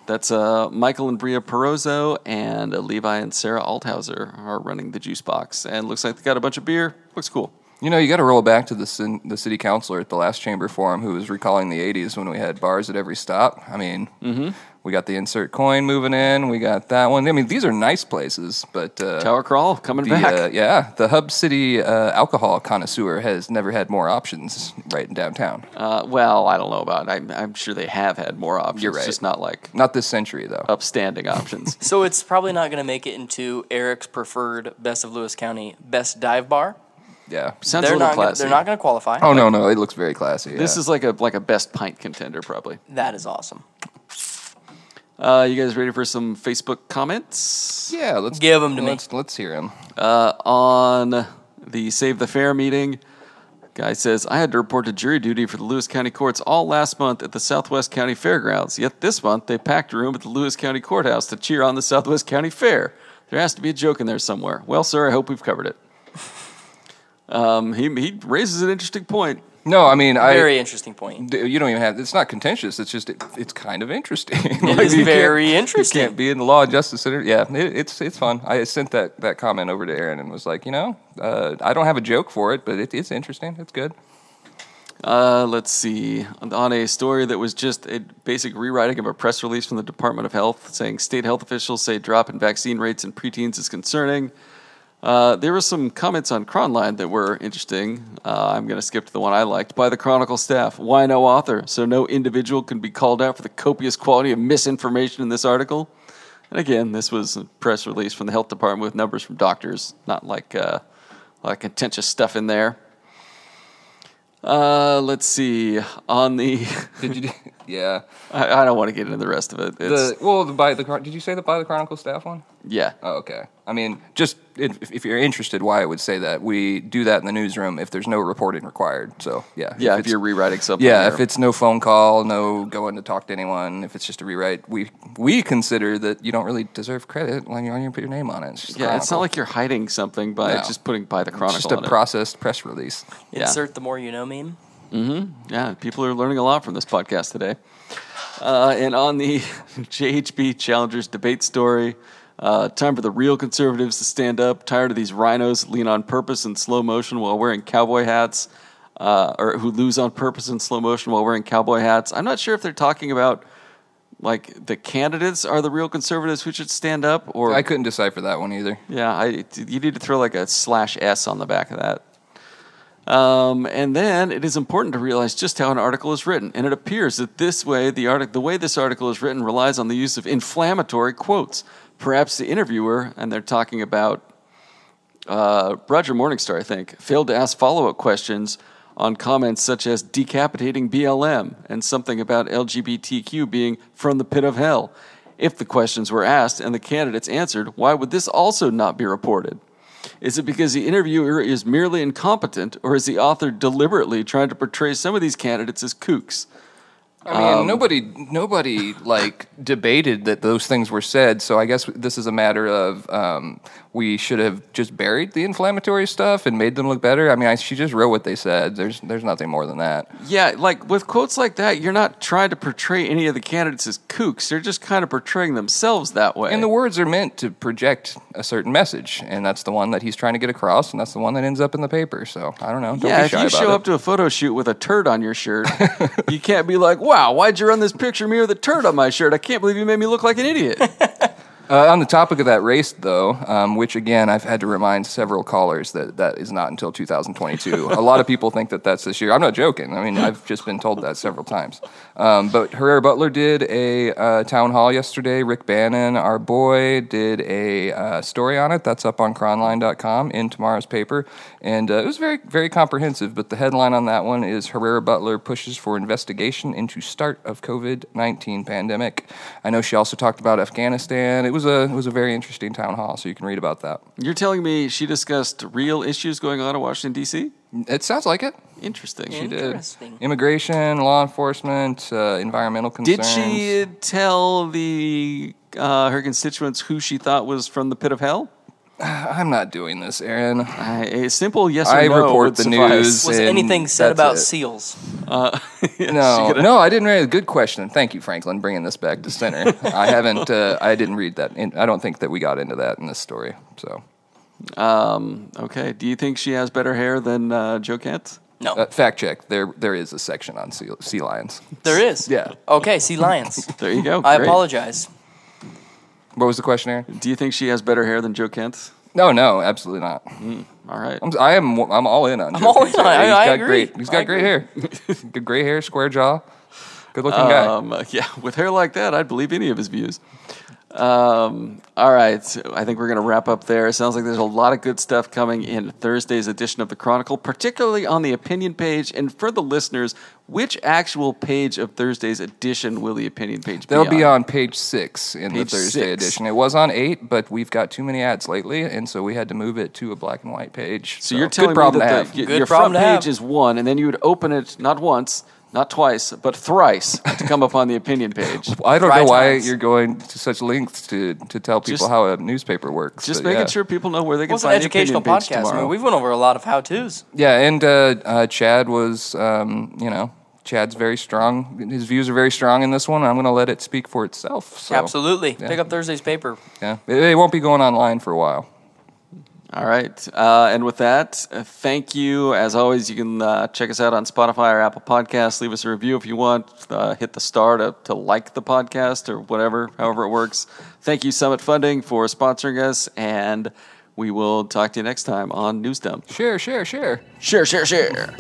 S5: That's uh, Michael and Bria Perozzo and uh, Levi and Sarah Althauser are running the juice box. And looks like they got a bunch of beer. Looks cool.
S3: You know, you got to roll back to the cin- the city councilor at the last chamber forum who was recalling the '80s when we had bars at every stop. I mean,
S4: Mm-hmm.
S3: we got the insert coin moving in, we got that one. I mean, these are nice places, but uh,
S5: Tower Crawl coming
S3: the,
S5: back.
S3: uh, yeah, the hub city uh, alcohol connoisseur has never had more options right in downtown.
S5: Uh, well, I don't know about. I'm, I'm sure they have had more options.
S3: You're right.
S5: Just not like
S3: Not this century
S4: Oh.
S3: though.
S5: upstanding options.
S4: (laughs) So it's probably not going to make it into Eric's preferred best of Lewis County best dive bar.
S3: yeah.
S5: Sounds a
S4: they're
S5: little
S4: not. Gonna,
S5: classy.
S4: they're not going to qualify.
S3: Oh no, no, it looks very classy.
S5: This
S3: yeah.
S5: is like a like a best pint contender probably.
S4: That is awesome.
S5: Uh, you guys ready for some Facebook comments
S3: yeah. Let's
S4: Give 'em to me.
S3: let's, Let's hear him.
S5: on the Save the Fair meeting? Guy says I had to report to jury duty for the Lewis County courts all last month at the Southwest County Fairgrounds. Yet this month they packed a room at the Lewis County Courthouse to cheer on the Southwest County Fair. There has to be a joke in there somewhere. Well, sir, I hope we've covered it. (laughs) Um, he he raises an interesting point.
S3: No, I mean, I
S4: Very interesting point.
S3: D- you don't even have it's not contentious it's just it, it's kind of interesting (laughs) It is
S4: is very interesting.
S3: you can't be in the law and justice center yeah it, it's it's fun i sent that that comment over to aaron and was like you know uh, i don't have a joke for it but it, it's interesting it's good
S5: Uh, let's see. On a story that was just a basic rewriting of a press release from the Department of Health saying state health officials say drop in vaccine rates in preteens is concerning. Uh, there were some comments on Cronline that were interesting. Uh, I'm going to skip to the one I liked. By the Chronicle staff, why no author? So no individual can be called out for the copious quality of misinformation in this article. And again, this was a press release from the health department with numbers from doctors, not like uh, a lot of contentious stuff in there. Uh, let's see. On the (laughs)
S3: did you (laughs) Yeah.
S5: I, I don't want to get into the rest of it. It's,
S3: The well, the, by the Chron- did you say the by the Chronicle staff one?
S5: yeah.
S3: Oh, okay. I mean, just if, if you're interested, why I would say that we do that in the newsroom if there's no reporting required. So yeah,
S5: yeah, if,
S3: it's-
S5: you're rewriting something.
S3: yeah,
S5: or-
S3: if it's no phone call, no going to talk to anyone, if it's just a rewrite, we we consider that you don't really deserve credit when you when you put your name on it. It's just a
S5: yeah, it's not
S3: Chronicle.
S5: like you're hiding something by
S3: No.
S5: just putting by the
S3: It's
S5: chronicle.
S3: just a
S5: on it.
S3: processed press release.
S5: Yeah.
S4: Insert the more you know meme.
S5: Yeah, people are learning a lot from this podcast today. Uh, and on the (laughs) JHB Challengers debate story, uh, time for the real conservatives to stand up. Tired of these rhinos lean on purpose in slow motion while wearing cowboy hats, uh, or who lose on purpose in slow motion while wearing cowboy hats. I'm not sure if they're talking about like the candidates are the real conservatives who should stand up, or
S3: I couldn't decipher that one either.
S5: yeah, I, you need to throw like a slash S on the back of that. Um, and then it is important to realize just how an article is written, and it appears that this way the artic- the way this article is written relies on the use of inflammatory quotes. Perhaps the interviewer, and they're talking about uh, Roger Morningstar, I think, failed to ask follow up questions on comments such as decapitating BLM and something about LGBTQ being from the pit of hell. If the questions were asked and the candidates answered, why would this also not be reported? Is it because the interviewer is merely incompetent, or is the author deliberately trying to portray some of these candidates as kooks?
S3: I mean, nobody, nobody like debated that those things were said. So I guess this is a matter of um, we should have just buried the inflammatory stuff and made them look better. I mean, I, she just wrote what they said. There's, there's nothing more than that.
S5: Yeah, like with quotes like that, you're not trying to portray any of the candidates as kooks. They're just kind of portraying themselves that way.
S3: And the words are meant to project a certain message, and that's the one that he's trying to get across, and that's the one that ends up in the paper. So I don't know. Don't
S5: yeah,
S3: be
S5: if
S3: shy
S5: you
S3: about
S5: show
S3: it.
S5: up to a photo shoot with a turd on
S3: (laughs)
S5: your shirt, you can't be like, "Wow, why'd you run this picture of me with a turd on my shirt? I can't believe you made me look like
S3: (laughs)
S5: an idiot."
S3: Uh, on the topic of that race, though, um, which again I've had to remind several callers that that is not until 2022. a lot of people think that that's this year. I'm not joking. I mean, I've just been told that several times. Um, but Herrera Butler did a uh, town hall yesterday. Rick Bannon, our boy, did a uh, story on it. That's up on cronline.com in tomorrow's paper, and uh, it was very very comprehensive. But the headline on that one is Herrera Butler pushes for investigation into start of COVID-19 pandemic. I know she also talked about Afghanistan. It was a it was a very interesting town hall, so you can read about that.
S5: You're telling me she discussed real issues going on in Washington D.C.
S3: It sounds like it.
S5: Interesting.
S3: She did.
S4: Interesting.
S3: Immigration, law enforcement, uh, environmental
S5: Did
S3: concerns.
S5: she tell the uh, her constituents who she thought was from the pit of hell?
S3: I'm not doing this, Aaron.
S5: I, a simple yes or
S3: I
S5: no
S3: report
S5: would
S3: the
S5: suffice. (laughs)
S3: news.
S4: Was
S3: And
S4: anything said
S3: that's
S4: about
S3: it.
S4: seals?
S5: (laughs)
S3: No, no, I didn't read it. Good question. Thank you, Franklin, bringing this back to center. I haven't. Uh, I didn't read that. And I don't think that we got into that in this story. So,
S5: Okay. Do you think she has better hair than uh, Joe Kent?
S4: No,
S3: uh, fact check. There, there is a section on sea, sea lions.
S4: there is.
S3: yeah.
S4: Okay,
S3: (laughs)
S4: sea lions.
S5: There you go.
S4: I
S5: Great.
S4: apologize.
S3: What was the question, Aaron?
S5: Do you think she has better hair than Joe Kent?
S3: No, no, absolutely not.
S5: All right.
S3: I'm, I am. I'm all in on. I'm
S4: all in on it. I- I
S3: got
S4: agree.
S3: great. He's got
S4: I
S3: great hair. Good gray hair, square jaw, good looking guy.
S5: Um, uh, yeah, (laughs) with hair like that, I'd believe any of his views. Um, all right, so I think we're going to wrap up there. Sounds like there's a lot of good stuff coming in Thursday's edition of the Chronicle, particularly on the opinion page. And for the listeners, which actual page of Thursday's edition will the opinion page
S3: That'll
S5: be
S3: be on page six in
S5: Page
S3: the Thursday
S5: six.
S3: edition. It was on eight, but we've got too many ads lately, and so we had to move it to a black and white page.
S5: So you're
S3: good
S5: telling me
S3: problem to
S5: that
S3: have.
S5: the, y-
S4: Good
S5: your front
S4: problem to have.
S5: page is one, and then you would open it not once, not twice, but thrice to come up on the opinion page.
S3: (laughs) I don't know
S4: Fried
S3: why
S4: times.
S3: you're going to such lengths to, to tell people
S5: Just-
S3: how a newspaper works.
S5: Just
S3: but
S5: making
S3: yeah.
S5: sure people know where they
S4: It
S5: can
S4: was an
S5: find
S4: educational
S5: the opinion page
S4: podcast. I
S5: tomorrow.
S4: mean, we've went over a lot of how tos.
S3: Yeah, and uh, uh, Chad was, um, you know, Chad's very strong. His views are very strong in this one. I'm going to let it speak for itself. So,
S4: Absolutely.
S3: yeah.
S4: Pick up Thursday's paper.
S3: Yeah, it, it won't be going online for a while.
S5: All right. Uh, and with that, uh, thank you. As always, you can uh, check us out on Spotify or Apple Podcasts. Leave us a review if you want. Uh, hit the star to, to like the podcast or whatever, however it works. Thank you, Summit Funding, for sponsoring us. And we will talk to you next time on News Dump.
S3: Sure, sure, sure.
S5: Share, share, share.